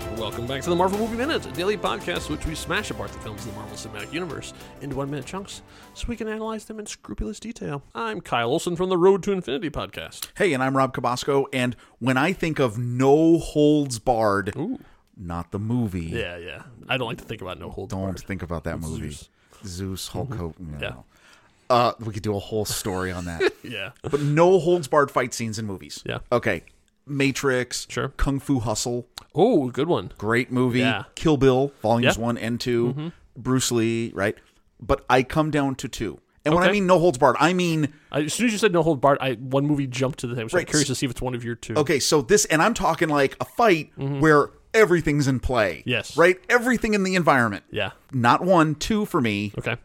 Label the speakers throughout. Speaker 1: to the Marvel Movie Minute, a daily podcast in which we smash apart the films of the Marvel Cinematic Universe into one minute chunks so we can analyze them in scrupulous detail. I'm Kyle Olson from the Road to Infinity podcast.
Speaker 2: Hey, and I'm Rob Cabasco, and when I think of No Holds Barred,
Speaker 1: Ooh.
Speaker 2: not the movie,
Speaker 1: Yeah, yeah. I don't like to think about No Hold
Speaker 2: don't
Speaker 1: Barred.
Speaker 2: think about that movie. Zeus, Hulk Hogan.
Speaker 1: Mm-hmm. Yeah.
Speaker 2: Uh, we could do a whole story on that.
Speaker 1: Yeah.
Speaker 2: but No Holds Barred fight scenes in movies.
Speaker 1: Yeah.
Speaker 2: Okay. Matrix.
Speaker 1: Sure.
Speaker 2: Kung Fu Hustle.
Speaker 1: Oh, good one.
Speaker 2: Great movie.
Speaker 1: Yeah.
Speaker 2: Kill Bill, volumes
Speaker 1: Yeah. Mm-hmm.
Speaker 2: one and 2 Bruce Lee, right? But I come down to two. And when I
Speaker 1: Okay.
Speaker 2: mean No Holds Barred, I mean
Speaker 1: I, as soon as you said No Hold Barred, I one movie jumped to the thing. So I'm
Speaker 2: Right.
Speaker 1: curious to see if it's one of your two.
Speaker 2: okay, so this, and I'm talking like a fight where everything's in play.
Speaker 1: Mm-hmm. Yes.
Speaker 2: Right? Everything in the environment.
Speaker 1: Yeah.
Speaker 2: Not one, two for me.
Speaker 1: Okay.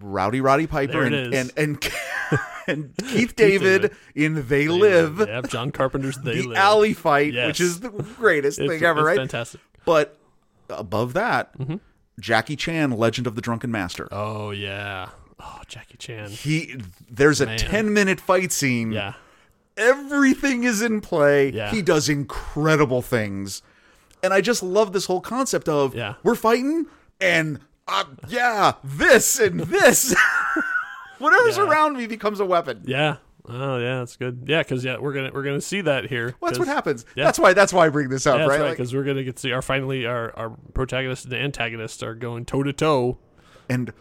Speaker 2: Rowdy Roddy Piper
Speaker 1: There it
Speaker 2: and,
Speaker 1: is.
Speaker 2: and and and Keith David,
Speaker 1: David.
Speaker 2: in They Live,
Speaker 1: Yeah, John Carpenter's They
Speaker 2: the
Speaker 1: Live.
Speaker 2: alley fight,
Speaker 1: Yes.
Speaker 2: which is the greatest
Speaker 1: It's-
Speaker 2: thing ever,
Speaker 1: it's
Speaker 2: right?
Speaker 1: fantastic. Mm-hmm.
Speaker 2: But above that, Jackie Chan, Legend of the Drunken Master.
Speaker 1: Oh, yeah. Oh, Jackie Chan.
Speaker 2: He there's a 10 minute fight scene.
Speaker 1: Yeah.
Speaker 2: Everything is in play.
Speaker 1: Yeah.
Speaker 2: He does incredible things. And I just love this whole concept of
Speaker 1: Yeah.
Speaker 2: we're fighting and uh, yeah, this and this. Whatever's
Speaker 1: Yeah.
Speaker 2: around me becomes a weapon.
Speaker 1: Yeah. Oh yeah, that's good. Yeah, because yeah, we're gonna we're gonna see that here.
Speaker 2: Well, that's what
Speaker 1: 'Cause-
Speaker 2: happens.
Speaker 1: yeah.
Speaker 2: That's why that's why I bring this up,
Speaker 1: Yeah, that's
Speaker 2: right?
Speaker 1: right.
Speaker 2: Like-
Speaker 1: Because we're gonna get to see our finally our our protagonist and the antagonist are going toe to toe.
Speaker 2: and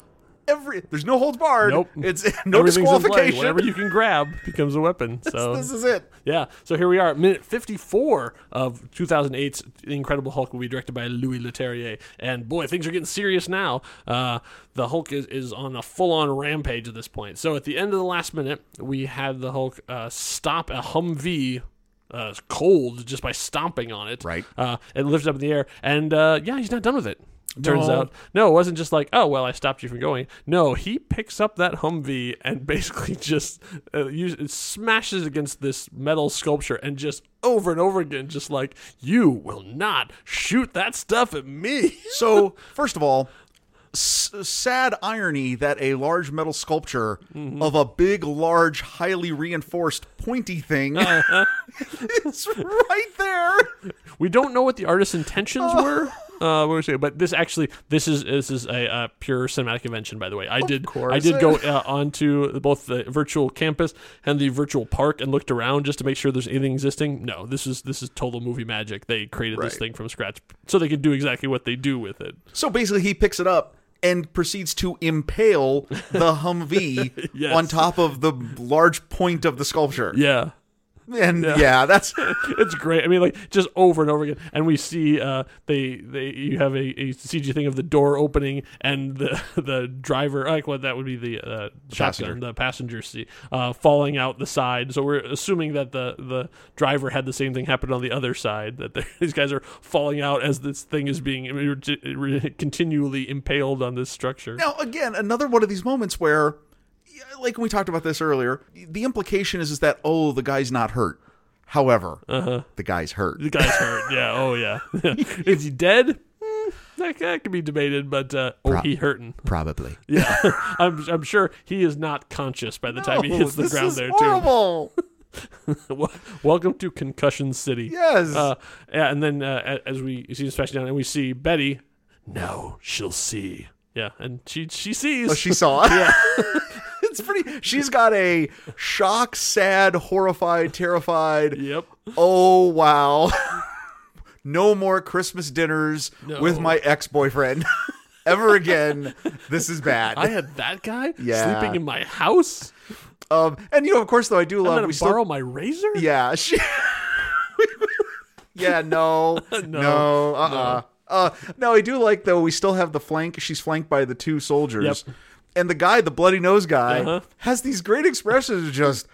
Speaker 2: every there's no holds barred.
Speaker 1: Nope.
Speaker 2: It's
Speaker 1: Everything's
Speaker 2: no
Speaker 1: in play.
Speaker 2: disqualification.
Speaker 1: Whatever you can grab becomes a weapon. So
Speaker 2: this is it.
Speaker 1: yeah. So here we are, at minute fifty-four of 2008's Incredible Hulk will be directed by Louis Leterrier, and boy, things are getting serious now. Uh, the Hulk is is on a full-on rampage at this point. So at the end of the last minute, we had the Hulk uh, stop a Humvee. Uh, cold just by stomping on it.
Speaker 2: Right.
Speaker 1: Uh, it lifts up in the air, and uh, yeah, he's not done with it. Turns
Speaker 2: No.
Speaker 1: out, no, it wasn't just like, oh, well, I stopped you from going. No, he picks up that Humvee and basically just uh, use, it smashes against this metal sculpture and just over and over again, just like, you will not shoot that stuff at me.
Speaker 2: So, first of all, s- sad irony that a large metal sculpture of a big, large, highly reinforced, pointy thing is right there.
Speaker 1: We don't know what the artist's intentions were. Uh, what were we saying? But this actually, this is this is a, uh pure cinematic invention, by the way. I did,
Speaker 2: course.
Speaker 1: I did go uh, onto both the virtual campus and the virtual park and looked around just to make sure there's anything existing. No, this is this is total movie magic. They created this
Speaker 2: Right.
Speaker 1: thing from scratch so they could do exactly what they do with it.
Speaker 2: So basically, he picks it up and proceeds to impale the Humvee
Speaker 1: Yes.
Speaker 2: on top of the large point of the sculpture.
Speaker 1: Yeah.
Speaker 2: And yeah, that's
Speaker 1: it's great. I mean, like just over and over again. And we see uh, they they you have a, a CG thing of the door opening and the the driver like what that would be the uh,
Speaker 2: passenger.
Speaker 1: shotgun the passenger seat uh, falling out the side. So we're assuming that the the driver had the same thing happen on the other side that they- these guys are falling out as this thing is being I mean, re- re- continually impaled on this structure.
Speaker 2: Now, again, another one of these moments where, yeah, like we talked about this earlier, the implication is, is that, oh, the guy's not hurt. However, the guy's hurt.
Speaker 1: The guy's hurt. Yeah. Oh yeah. is he dead? Mm, That, that can be debated, but uh, oh, he hurting.
Speaker 2: Probably.
Speaker 1: Yeah, I'm, I'm sure he is not conscious by the time he
Speaker 2: No,
Speaker 1: hits the
Speaker 2: Oh, this
Speaker 1: ground
Speaker 2: is
Speaker 1: there
Speaker 2: horrible.
Speaker 1: too. Wel- Welcome to Concussion City.
Speaker 2: Yes.
Speaker 1: Uh, yeah, and then uh, a- as we see the special down and we see Betty, now she'll see. Yeah, and she she sees.
Speaker 2: Oh, she saw it. Yeah. it's pretty. She's got a shock, sad, horrified, terrified.
Speaker 1: yep.
Speaker 2: Oh wow. no more Christmas dinners with my ex-boyfriend. Ever again, this is bad.
Speaker 1: I had that guy
Speaker 2: Yeah.
Speaker 1: sleeping in my house.
Speaker 2: um, and you know, of course, though I do
Speaker 1: I'm
Speaker 2: love.
Speaker 1: gonna
Speaker 2: We still
Speaker 1: borrow my razor.
Speaker 2: Yeah, she. yeah, no, no, uh, uh uh, no. I do like though. We still have the flank. She's flanked by the two soldiers,
Speaker 1: Yep.
Speaker 2: and the guy, the bloody nose guy,
Speaker 1: Uh-huh.
Speaker 2: has these great expressions. of Just,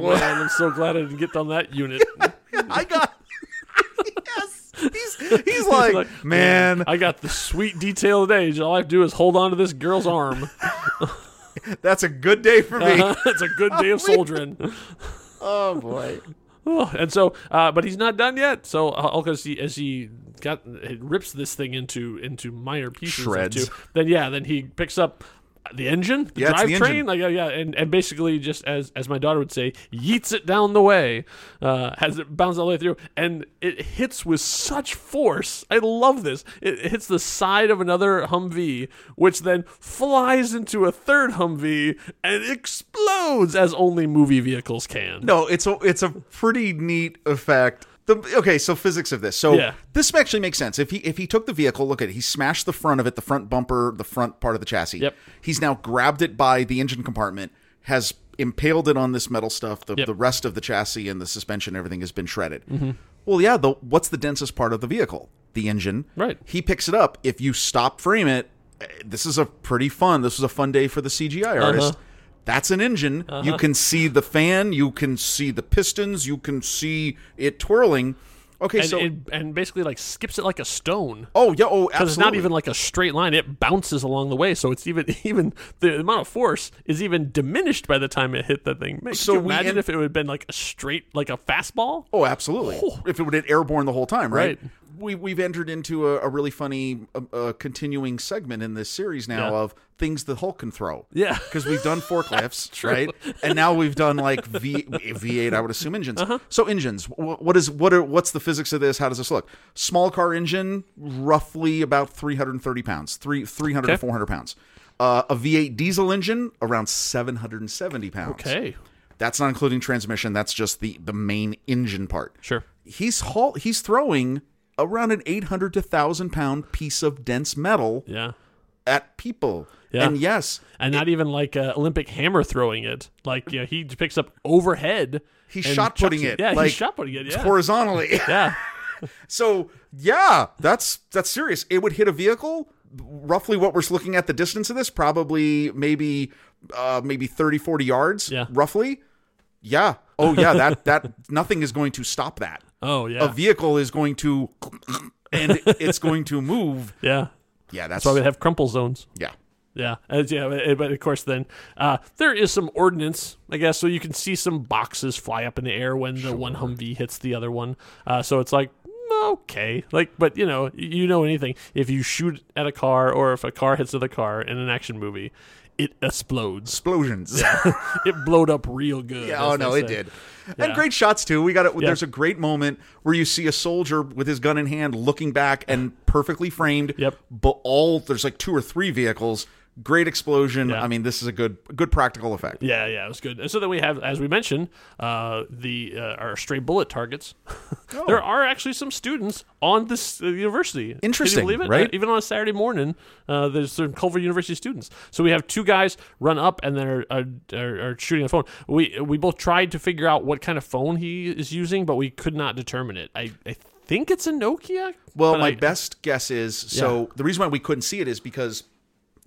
Speaker 1: Oh man, I'm so glad I didn't get on that unit.
Speaker 2: I got. yes, he's he's like,
Speaker 1: like,
Speaker 2: man,
Speaker 1: I got the sweet detail today. All I have to do is hold on to this girl's arm.
Speaker 2: that's a good day for me.
Speaker 1: it's a good day of soldiering.
Speaker 2: Oh boy.
Speaker 1: Oh, and so, uh, but he's not done yet. So uh, Hulk, as he as he got it rips this thing into into minor pieces,
Speaker 2: Shreds.
Speaker 1: Into, then yeah, then he picks up. the engine, the
Speaker 2: Yeah, it's the
Speaker 1: drivetrain,
Speaker 2: engine.
Speaker 1: like yeah, yeah, and, and basically just as as my daughter would say, yeets it down the way, uh, has it bounce all the way through, and it hits with such force. I love this. It, it hits the side of another Humvee, which then flies into a third Humvee and explodes as only movie vehicles can.
Speaker 2: No, it's a it's a pretty neat effect. The, okay, so physics of this. So
Speaker 1: Yeah.
Speaker 2: this actually makes sense. If he if he took the vehicle, look at it, he smashed the front of it, the front bumper, the front part of the chassis.
Speaker 1: Yep.
Speaker 2: He's now grabbed it by the engine compartment, has impaled it on this metal stuff. The,
Speaker 1: Yep. Mm-hmm.
Speaker 2: the rest of the chassis and the suspension, everything has been shredded. Well, yeah. The what's the densest part of the vehicle? The engine.
Speaker 1: Right.
Speaker 2: He picks it up. If you stop frame it, eh, this is a pretty fun. This was a fun day for the
Speaker 1: Uh-huh.
Speaker 2: CGI artist. That's an engine. You can see the fan, you can see the pistons, you can see it twirling. Okay,
Speaker 1: and
Speaker 2: so
Speaker 1: it, and basically like skips it like a stone.
Speaker 2: oh yeah, oh absolutely.
Speaker 1: Because it's not even like a straight line; it bounces along the way. So it's even even the amount of force is even diminished by the time it hit the thing. Could
Speaker 2: So
Speaker 1: you
Speaker 2: we
Speaker 1: imagine
Speaker 2: end-
Speaker 1: if it would have been like a straight, like a fastball.
Speaker 2: Oh, absolutely. If it would have airborne the whole time, right?
Speaker 1: Right.
Speaker 2: We we've entered into a, a really funny uh, uh, continuing segment in this series now
Speaker 1: Yeah.
Speaker 2: of things the Hulk can throw.
Speaker 1: Yeah.
Speaker 2: because we've done forklifts, right? And now we've done like V V eight, I would assume engines.
Speaker 1: Uh-huh.
Speaker 2: So engines, wh- what is what are what's the physics of this? How does this look? Small car engine, roughly about three hundred and thirty pounds, three 300 to
Speaker 1: Okay.
Speaker 2: four hundred pounds. Uh, a V eight diesel engine, around seven hundred and seventy pounds.
Speaker 1: Okay,
Speaker 2: That's not including transmission. That's just the the main engine part.
Speaker 1: sure.
Speaker 2: He's haul, he's throwing around an eight hundred to thousand pound piece of dense metal
Speaker 1: Yeah,
Speaker 2: at people.
Speaker 1: Yeah.
Speaker 2: And yes,
Speaker 1: and not even like uh, Olympic hammer throwing it. Like you know, he picks up overhead.
Speaker 2: he's
Speaker 1: and
Speaker 2: shot putting
Speaker 1: chucks
Speaker 2: it.
Speaker 1: Yeah,
Speaker 2: like,
Speaker 1: he's shot putting it. Yeah,
Speaker 2: horizontally.
Speaker 1: yeah.
Speaker 2: so yeah, that's that's serious. It would hit a vehicle. Roughly what we're looking at the distance of this, probably maybe uh maybe 30 40 yards
Speaker 1: Yeah.
Speaker 2: roughly. Yeah. Oh yeah, that that nothing is going to stop that.
Speaker 1: Oh yeah,
Speaker 2: a vehicle is going to and it's going to move.
Speaker 1: yeah.
Speaker 2: Yeah, that's
Speaker 1: Probably have crumple zones.
Speaker 2: yeah.
Speaker 1: Yeah, as, yeah, but- eh, but of course, then uh, there is some ordnance, I guess. So you can see some boxes fly up in the air when the one Humvee hits the other one. Uh, so it's like mm, okay, like, but you know, you know anything? If you shoot at a car or if a car hits another car in an action movie, it explodes.
Speaker 2: Explosions.
Speaker 1: it blowed up real good.
Speaker 2: Yeah, oh
Speaker 1: as they
Speaker 2: no, it
Speaker 1: say.
Speaker 2: did. And great shots too. We got it. There's a great moment where you see a soldier with his gun in hand, looking back and perfectly framed.
Speaker 1: Yep.
Speaker 2: But all there's like two or three vehicles. Great explosion.
Speaker 1: Yeah.
Speaker 2: I mean, this is a good, good practical effect.
Speaker 1: Yeah, yeah, it was good. And so then we have, as we mentioned, uh, the uh, our stray bullet targets.
Speaker 2: Oh.
Speaker 1: there are actually some students on this uh, university. Can you
Speaker 2: Interesting,
Speaker 1: believe it?
Speaker 2: right?
Speaker 1: Uh, even on a Saturday morning, uh, there's some Culver University students. So we have two guys run up and they're are, are, are shooting a phone. We we both tried to figure out what kind of phone he is using, but we could not determine it. I, I think it's a Nokia.
Speaker 2: Well,
Speaker 1: but
Speaker 2: my
Speaker 1: I-
Speaker 2: best guess is so the reason why we couldn't see it is because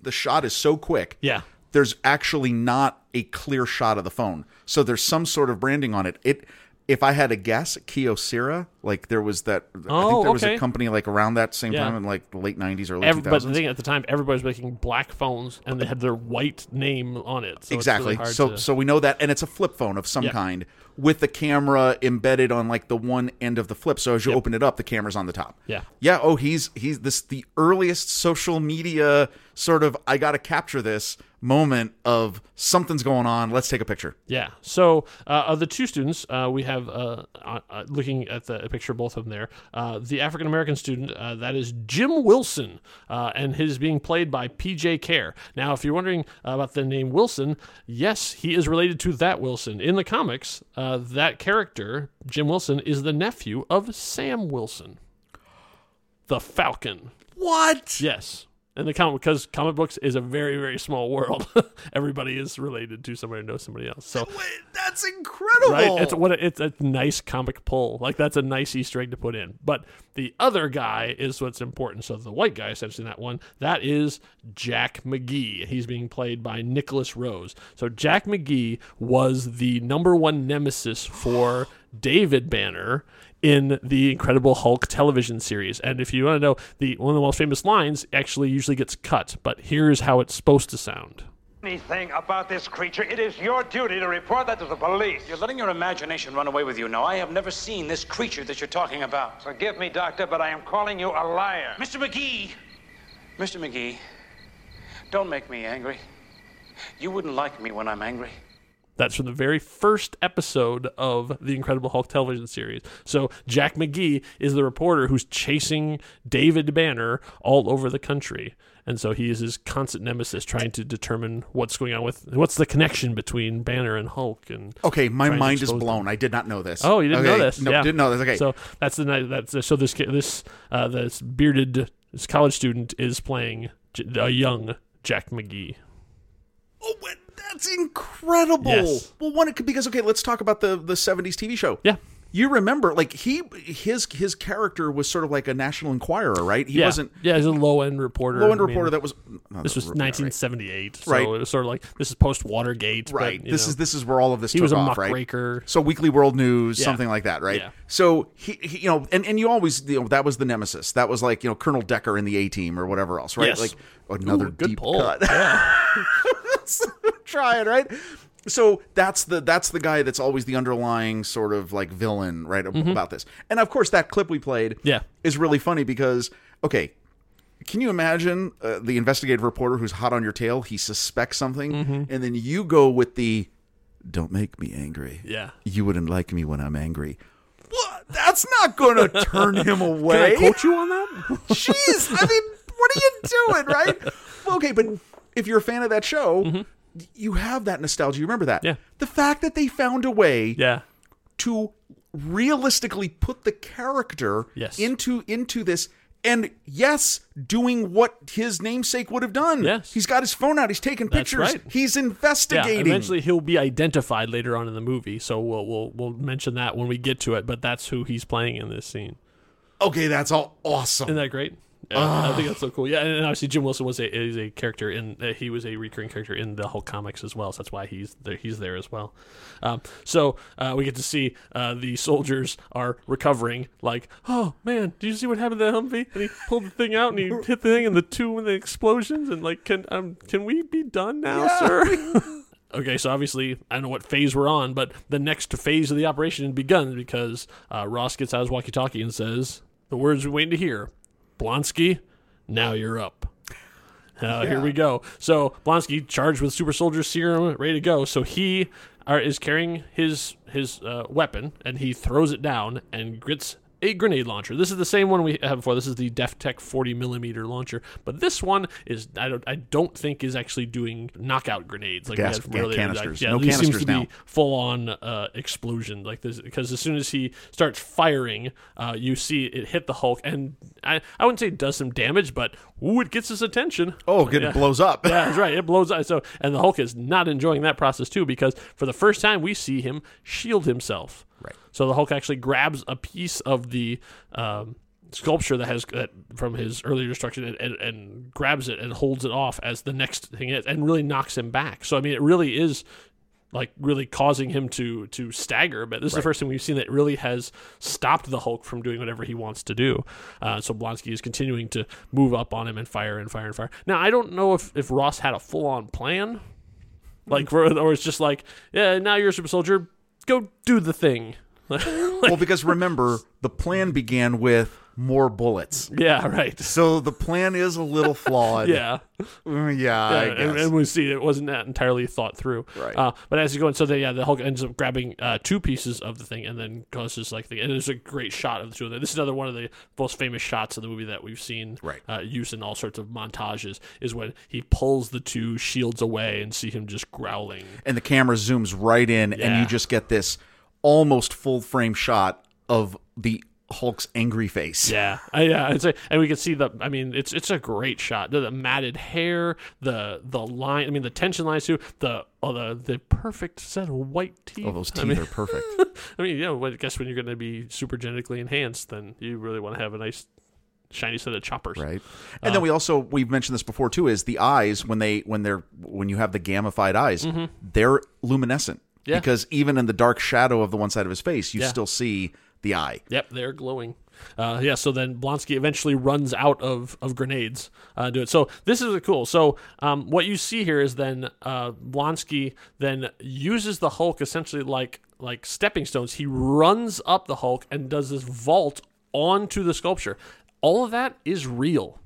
Speaker 2: the shot is so quick.
Speaker 1: Yeah.
Speaker 2: There's actually not a clear shot of the phone. So there's some sort of branding on it. It if I had a guess, Kyocera, like there was that I
Speaker 1: Oh,
Speaker 2: think there was
Speaker 1: okay.
Speaker 2: a company like around that same
Speaker 1: Yeah.
Speaker 2: time in like the late 90s early
Speaker 1: Every,
Speaker 2: 2000s.
Speaker 1: but the thing at the time, everybody was making black phones, and they had their white name on it. So it's really
Speaker 2: exactly.
Speaker 1: hard
Speaker 2: so
Speaker 1: to-
Speaker 2: so we know that and it's a flip phone of some
Speaker 1: Yeah.
Speaker 2: kind with the camera embedded on like the one end of the flip. So as you open it up, the camera's on the top.
Speaker 1: Yeah.
Speaker 2: Yeah. Oh, he's he's this the earliest social media sort of I gotta capture this moment of something's going on. Let's take a picture.
Speaker 1: Yeah. So uh, of the two students, uh, we have uh, uh, uh, looking at the picture of both of them there. Uh, the African American student uh, that is Jim Wilson, uh, and his being played by P.J. Care. Now, if you're wondering about the name Wilson, yes, he is related to that Wilson in the comics. Uh, that character, Jim Wilson, is the nephew of Sam Wilson, the Falcon.
Speaker 2: What?
Speaker 1: Yes. In the comic, because comic books is a very, very small world. Everybody is related to somebody who knows somebody else. So
Speaker 2: That's incredible.
Speaker 1: right? It's what a, it's a nice comic pull. Like that's a nice Easter egg to put in. But the other guy is what's important. So the white guy essentially in that one that is Jack McGee. He's being played by Nicholas Rose. So Jack McGee was the number one nemesis for David Banner in the Incredible Hulk television series. And if you want to know the one of the most famous lines, actually usually gets cut. But here's how it's supposed to sound.
Speaker 3: anything about this creature, it is your duty to report that to the police.
Speaker 4: You're letting your imagination run away with you now. I have never seen this creature that you're talking about.
Speaker 3: Forgive me, Doctor, but I am calling you a liar.
Speaker 4: Mr. McGee! Mr. McGee, don't make me angry. You wouldn't like me when I'm angry.
Speaker 1: That's from the very first episode of the Incredible Hulk television series. So Jack McGee is the reporter who's chasing David Banner all over the country. And so he is his constant nemesis trying to determine what's going on with what's the connection between Banner and Hulk and
Speaker 2: Okay, my
Speaker 1: trying to
Speaker 2: mind is
Speaker 1: expose
Speaker 2: blown. I did not know this.
Speaker 1: Oh, you didn't
Speaker 2: Okay,
Speaker 1: know this?
Speaker 2: No,
Speaker 1: yeah.
Speaker 2: didn't know this. Okay,
Speaker 1: So that's the night. That's so this ki- this uh, this bearded this college student is playing J- a young Jack McGee.
Speaker 2: Oh, wha- that's incredible.
Speaker 1: Yes.
Speaker 2: Well, one it could because okay, let's talk about the the seventies TV show.
Speaker 1: Yeah.
Speaker 2: you remember like he his his character was sort of like a National Enquirer, right? He
Speaker 1: yeah.
Speaker 2: wasn't
Speaker 1: Yeah, he's a low end reporter.
Speaker 2: low end
Speaker 1: I mean,
Speaker 2: reporter. that was no,
Speaker 1: this was
Speaker 2: no, right.
Speaker 1: 1978, so
Speaker 2: Right.
Speaker 1: it was sort of like this is post Watergate. but,
Speaker 2: Right.
Speaker 1: you
Speaker 2: This
Speaker 1: know,
Speaker 2: is this is where all of this
Speaker 1: he
Speaker 2: took
Speaker 1: was a
Speaker 2: off, right?
Speaker 1: muckraker.
Speaker 2: So Weekly World News, something like that, right?
Speaker 1: Yeah.
Speaker 2: So he, he, you know, and, and you always, you know, that was the nemesis. That was like, you know, Colonel Decker in the A Team or whatever else, right?
Speaker 1: Yes.
Speaker 2: Like another
Speaker 1: Ooh, good
Speaker 2: deep
Speaker 1: pull.
Speaker 2: cut.
Speaker 1: Yeah.
Speaker 2: try it right so that's the that's the guy that's always the underlying sort of like villain right ab- about this and of course that clip we played
Speaker 1: Mm-hmm. Yeah.
Speaker 2: is really funny because okay can you imagine uh, the investigative reporter who's hot on your tail he suspects something
Speaker 1: Mm-hmm.
Speaker 2: and then you go with the don't make me angry
Speaker 1: Yeah.
Speaker 2: you wouldn't like me when i'm angry what that's not gonna turn him
Speaker 1: Can
Speaker 2: away
Speaker 1: I quote you on that?
Speaker 2: Jeez, I mean, what are you doing, right? Well, okay, but if you're a fan of that show, y- you have that nostalgia. You remember that.
Speaker 1: Mm-hmm. Yeah.
Speaker 2: The fact that they found a way
Speaker 1: yeah.
Speaker 2: to realistically put the character
Speaker 1: Yes.
Speaker 2: into into this and yes doing what his namesake would have done
Speaker 1: Yes.
Speaker 2: he's got his phone out he's taking pictures
Speaker 1: right.
Speaker 2: he's
Speaker 1: Yeah,
Speaker 2: investigating
Speaker 1: eventually he'll be identified later on in the movie, so we'll we'll we'll mention that when we get to it. But that's who he's playing in this scene.
Speaker 2: okay that's all awesome
Speaker 1: Isn't that great? Yeah, I think that's so cool. Yeah, and, and obviously Jim Wilson was a is a character in uh, he was a recurring character in the Hulk comics as well. So that's why he's there. He's there as well. Um, so uh, we get to see uh, the soldiers are recovering. Like, oh man, did you see what happened to that Humvee? And he pulled the thing out and he hit the thing and the two and the explosions and like, can um can we be done now, sir? Okay, so obviously I don't know what phase we're on, but the next phase of the operation had begun because uh, Ross gets out his walkie-talkie and says the words we're waiting to hear: "Blonsky, now you're up." Uh, Here we go. So Blonsky charged with super soldier serum, ready to go. So he are, is carrying his his uh, weapon, and he throws it down and grits a grenade launcher. This is the same one we had before. This is the DefTech 40 millimeter launcher, but this one is I don't I don't think is actually doing knockout grenades like we
Speaker 2: Gas-
Speaker 1: had
Speaker 2: yeah,
Speaker 1: earlier. Like,
Speaker 2: canisters.
Speaker 1: yeah,
Speaker 2: No
Speaker 1: these seems
Speaker 2: canisters
Speaker 1: to
Speaker 2: now.
Speaker 1: be full on uh, explosion like this because as soon as he starts firing, uh, you see it hit the Hulk, and I I wouldn't say it does some damage, but ooh, it gets his attention.
Speaker 2: oh good
Speaker 1: Yeah.
Speaker 2: it blows up
Speaker 1: Yeah, that's right. It blows up. So, and the Hulk is not enjoying that process too, because for the first time we see him shield himself.
Speaker 2: Right.
Speaker 1: So the Hulk actually grabs a piece of the um, sculpture that has that from his earlier destruction and, and, and grabs it and holds it off as the next thing is, and really knocks him back. So I mean, it really is like really causing him to to stagger. But this is the first time we've seen that really has stopped the Hulk from doing whatever he wants to do. Uh, so Blonsky is continuing to move up on him and fire and fire and fire. Now I don't know if if Ross had a full on plan, like for, or it's just like yeah, now you're a super soldier, go do the thing.
Speaker 2: well because remember the plan began with more bullets
Speaker 1: yeah, right.
Speaker 2: So the plan is a little flawed.
Speaker 1: Yeah.
Speaker 2: Mm, yeah, I
Speaker 1: Yeah, uh, and,
Speaker 2: guess.
Speaker 1: and we see it wasn't that entirely thought through.
Speaker 2: Right.
Speaker 1: Uh, but as you go in, so they, yeah, the Hulk ends up grabbing uh, two pieces of the thing and then causes like the. And there's a great shot of the two of them. This is another one of the most famous shots in the movie that we've seen.
Speaker 2: Right.
Speaker 1: Uh, used in all sorts of montages is when he pulls the two shields away and see him just growling.
Speaker 2: And the camera zooms right in, and
Speaker 1: Yeah.
Speaker 2: you just get this almost full frame shot of the Hulk's angry face.
Speaker 1: Yeah, I, yeah, I'd say, and we can see the. I mean, it's it's a great shot. The, the matted hair, the the line. I mean, the tension lines too. The oh, the the perfect set of white teeth.
Speaker 2: Oh, those teeth
Speaker 1: I mean,
Speaker 2: are perfect.
Speaker 1: I mean, yeah, well, I guess when you're going to be super genetically enhanced, then you really want to have a nice, shiny set of choppers.
Speaker 2: right and then we also we've mentioned this before too is the eyes when they when they're when you have the gamified eyes they're luminescent
Speaker 1: Mm-hmm. Yeah.
Speaker 2: because even in the dark shadow of the one side of his face you
Speaker 1: Yeah.
Speaker 2: still see the eye
Speaker 1: Yep, they're glowing. Uh, yeah, so then Blonsky eventually runs out of, of grenades uh, do it. So this is cool. So um, what you see here is then uh, Blonsky then uses the Hulk essentially like like stepping stones. He runs up the Hulk and does this vault onto the sculpture. All of that is real.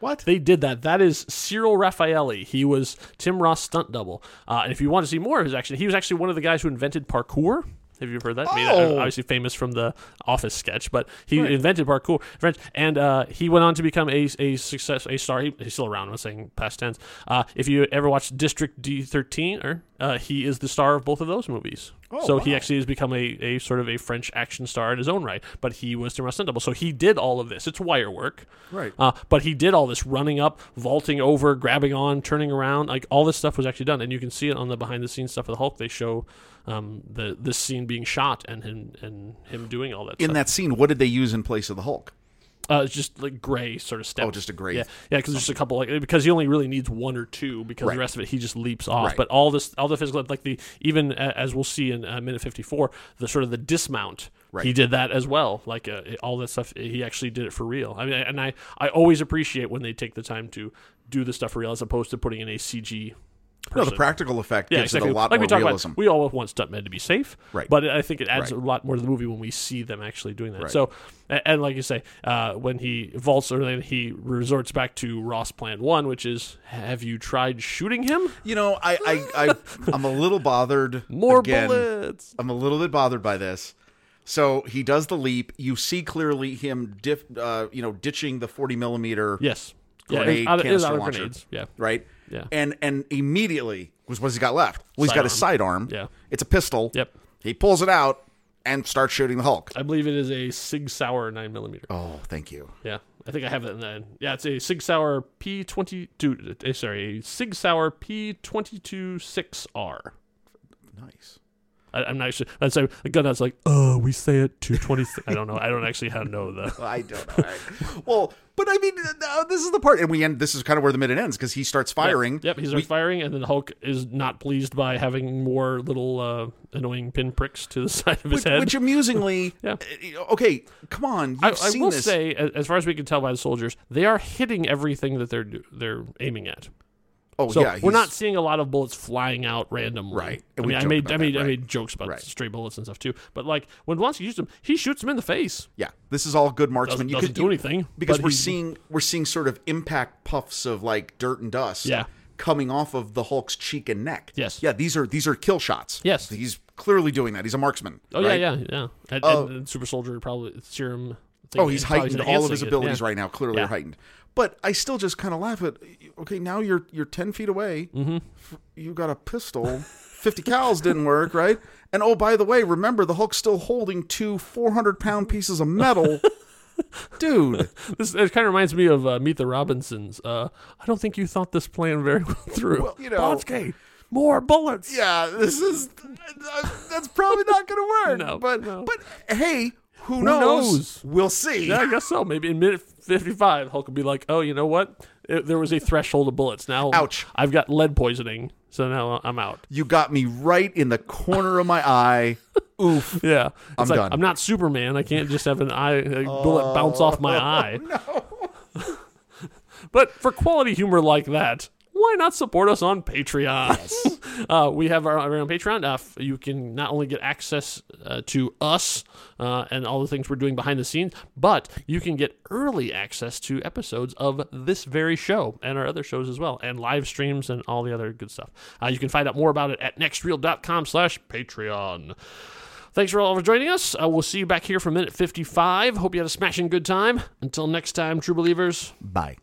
Speaker 2: What?
Speaker 1: They did that. That is Cyril Raffaelli. He was Tim Ross' stunt double. Uh, and if you want to see more of his action, he was actually one of the guys who invented parkour. Have you heard that? I mean,
Speaker 2: Oh.
Speaker 1: obviously famous from the Office sketch, but he invented parkour. French, and uh, he went on to become a, a success, a star. He, he's still around. I'm saying past tense. Uh, if you ever watched District D13, or uh, he is the star of both of those movies. so he actually has become a, a sort of a French action star in his own right. But he was Tim Ross Double, so he did all of this. It's wire work,
Speaker 2: Right.
Speaker 1: Uh, but he did all this running up, vaulting over, grabbing on, turning around. Like all this stuff was actually done, and you can see it on the behind the scenes stuff of the Hulk. They show um, the this scene being shot and him and him doing all that.
Speaker 2: In
Speaker 1: stuff.
Speaker 2: that scene, what did they use in place of the Hulk?
Speaker 1: uh, it's just like gray sort of steps.
Speaker 2: Oh, just a gray-
Speaker 1: Yeah, yeah, because there's just a couple like because he only really needs one or two because
Speaker 2: Right.
Speaker 1: the rest of it he just leaps off.
Speaker 2: Right.
Speaker 1: But all this, all the physical, like the even uh, as we'll see in uh, minute 54, the sort of the dismount.
Speaker 2: Right.
Speaker 1: He did that as well. Like uh, all that stuff, he actually did it for real. I mean, and I, I always appreciate when they take the time to do the stuff for real as opposed to putting in a CG.
Speaker 2: No, the
Speaker 1: person.
Speaker 2: practical effect gives it a lot
Speaker 1: like we
Speaker 2: more
Speaker 1: talk
Speaker 2: realism.
Speaker 1: about, we all want stuntmen to be safe,
Speaker 2: Right.
Speaker 1: But I think it adds
Speaker 2: Right.
Speaker 1: a lot more to the movie when we see them actually doing that.
Speaker 2: Right.
Speaker 1: So, and, and like you say, uh, when he vaults or then he resorts back to Ross Plan One, which is, have you tried shooting him?
Speaker 2: you know, I, I, I, I'm a little bothered.
Speaker 1: More
Speaker 2: again.
Speaker 1: bullets.
Speaker 2: I'm a little bit bothered by this. So he does the leap. You see clearly him, dif- uh, you know, ditching the 40 millimeter.
Speaker 1: Yes.
Speaker 2: Grenade
Speaker 1: yeah, it was out of- it was
Speaker 2: canister
Speaker 1: out of
Speaker 2: launcher.
Speaker 1: grenades. Yeah.
Speaker 2: Right.
Speaker 1: Yeah.
Speaker 2: And and immediately was what's he got left? Well, he's got his sidearm.
Speaker 1: Sidearm. Yeah.
Speaker 2: It's a pistol.
Speaker 1: Yep.
Speaker 2: He pulls it out and starts shooting the Hulk.
Speaker 1: I believe it is a Sig Sauer nine millimeter.
Speaker 2: Oh, thank you.
Speaker 1: Yeah, I think I have it in the yeah. It's a Sig Sauer P twenty two. Sorry, a Sig Sauer P twenty two six R.
Speaker 2: Nice.
Speaker 1: I, I'm not sure. I'd say the gun that's like, oh, we say it 226. I don't know. I don't actually how to know the.
Speaker 2: I don't know. well, but I mean, th- th- this is the part, and we end. This is kind of where the minute ends because he starts firing.
Speaker 1: Yep, he starts firing, and then Hulk is not pleased by having more little uh, annoying pinpricks to the side of his
Speaker 2: Which,
Speaker 1: head.
Speaker 2: which amusingly, eh,
Speaker 1: Yeah.
Speaker 2: okay, come on, you've
Speaker 1: I, I
Speaker 2: seen
Speaker 1: will
Speaker 2: this.
Speaker 1: say, a- as far as we can tell by the soldiers, they are hitting everything that they're do- they're aiming at.
Speaker 2: oh
Speaker 1: So
Speaker 2: yeah,
Speaker 1: we're
Speaker 2: he's-
Speaker 1: not seeing a lot of bullets flying out randomly.
Speaker 2: Right.
Speaker 1: I
Speaker 2: And we
Speaker 1: mean, I
Speaker 2: joked
Speaker 1: made
Speaker 2: about
Speaker 1: I made
Speaker 2: that,
Speaker 1: I
Speaker 2: right.
Speaker 1: made jokes about
Speaker 2: Right.
Speaker 1: stray bullets and stuff too. But like when Blonsky used them, he shoots them in the face.
Speaker 2: Yeah, this is all good
Speaker 1: Doesn't,
Speaker 2: marksman. you
Speaker 1: doesn't
Speaker 2: could
Speaker 1: do
Speaker 2: you-
Speaker 1: anything
Speaker 2: because
Speaker 1: but
Speaker 2: we're
Speaker 1: he-
Speaker 2: seeing we're seeing sort of impact puffs of like dirt and dust.
Speaker 1: Yeah.
Speaker 2: coming off of the Hulk's cheek and neck.
Speaker 1: Yes.
Speaker 2: Yeah, these are these are kill shots.
Speaker 1: Yes.
Speaker 2: he's clearly doing that. He's a marksman.
Speaker 1: Oh
Speaker 2: right?
Speaker 1: yeah, yeah, yeah. And, and, and super soldier probably serum. Thing
Speaker 2: Oh, he's
Speaker 1: probably
Speaker 2: heightened. All of his
Speaker 1: enhancing it,
Speaker 2: abilities
Speaker 1: yeah.
Speaker 2: right now clearly are
Speaker 1: Yeah.
Speaker 2: heightened. But I still just kind of laugh at. Okay, now you're you're ten feet away.
Speaker 1: Mm-hmm.
Speaker 2: F- You got a pistol. Fifty cals didn't work, right? And oh, by the way, remember the Hulk's still holding two four hundred pound pieces of metal. Dude,
Speaker 1: This it kind of reminds me of uh, Meet the Robinsons. Uh, I don't think you thought this plan very well through. Well,
Speaker 2: you know-
Speaker 1: more bullets.
Speaker 2: yeah, this is that's probably not going to work.
Speaker 1: No,
Speaker 2: but
Speaker 1: no.
Speaker 2: but hey, who,
Speaker 1: knows?
Speaker 2: We'll see.
Speaker 1: Yeah, I guess so. Maybe in minute fifty-five, Hulk would be like, "Oh, you know what? It, there was a threshold of bullets. Now,
Speaker 2: Ouch.
Speaker 1: I've got lead poisoning, so now I'm out."
Speaker 2: You got me right in the corner of my eye. Oof.
Speaker 1: Yeah, it's
Speaker 2: I'm
Speaker 1: like,
Speaker 2: done. Oh,
Speaker 1: I'm not Superman. I can't just have an eye a bullet bounce off my eye. No. but for quality humor like that, why not support us on Patreon? uh, we have our, our own Patreon. Uh, f- you can not only get access uh, to us uh, and all the things we're doing behind the scenes, but you can get early access to episodes of this very show and our other shows as well, and live streams and all the other good stuff. Uh, you can find out more about it at nextreel.com slash Patreon. Thanks for all for joining us. Uh, we'll see you back here for minute 55. Hope you had a smashing good time. Until next time, true believers.
Speaker 2: Bye.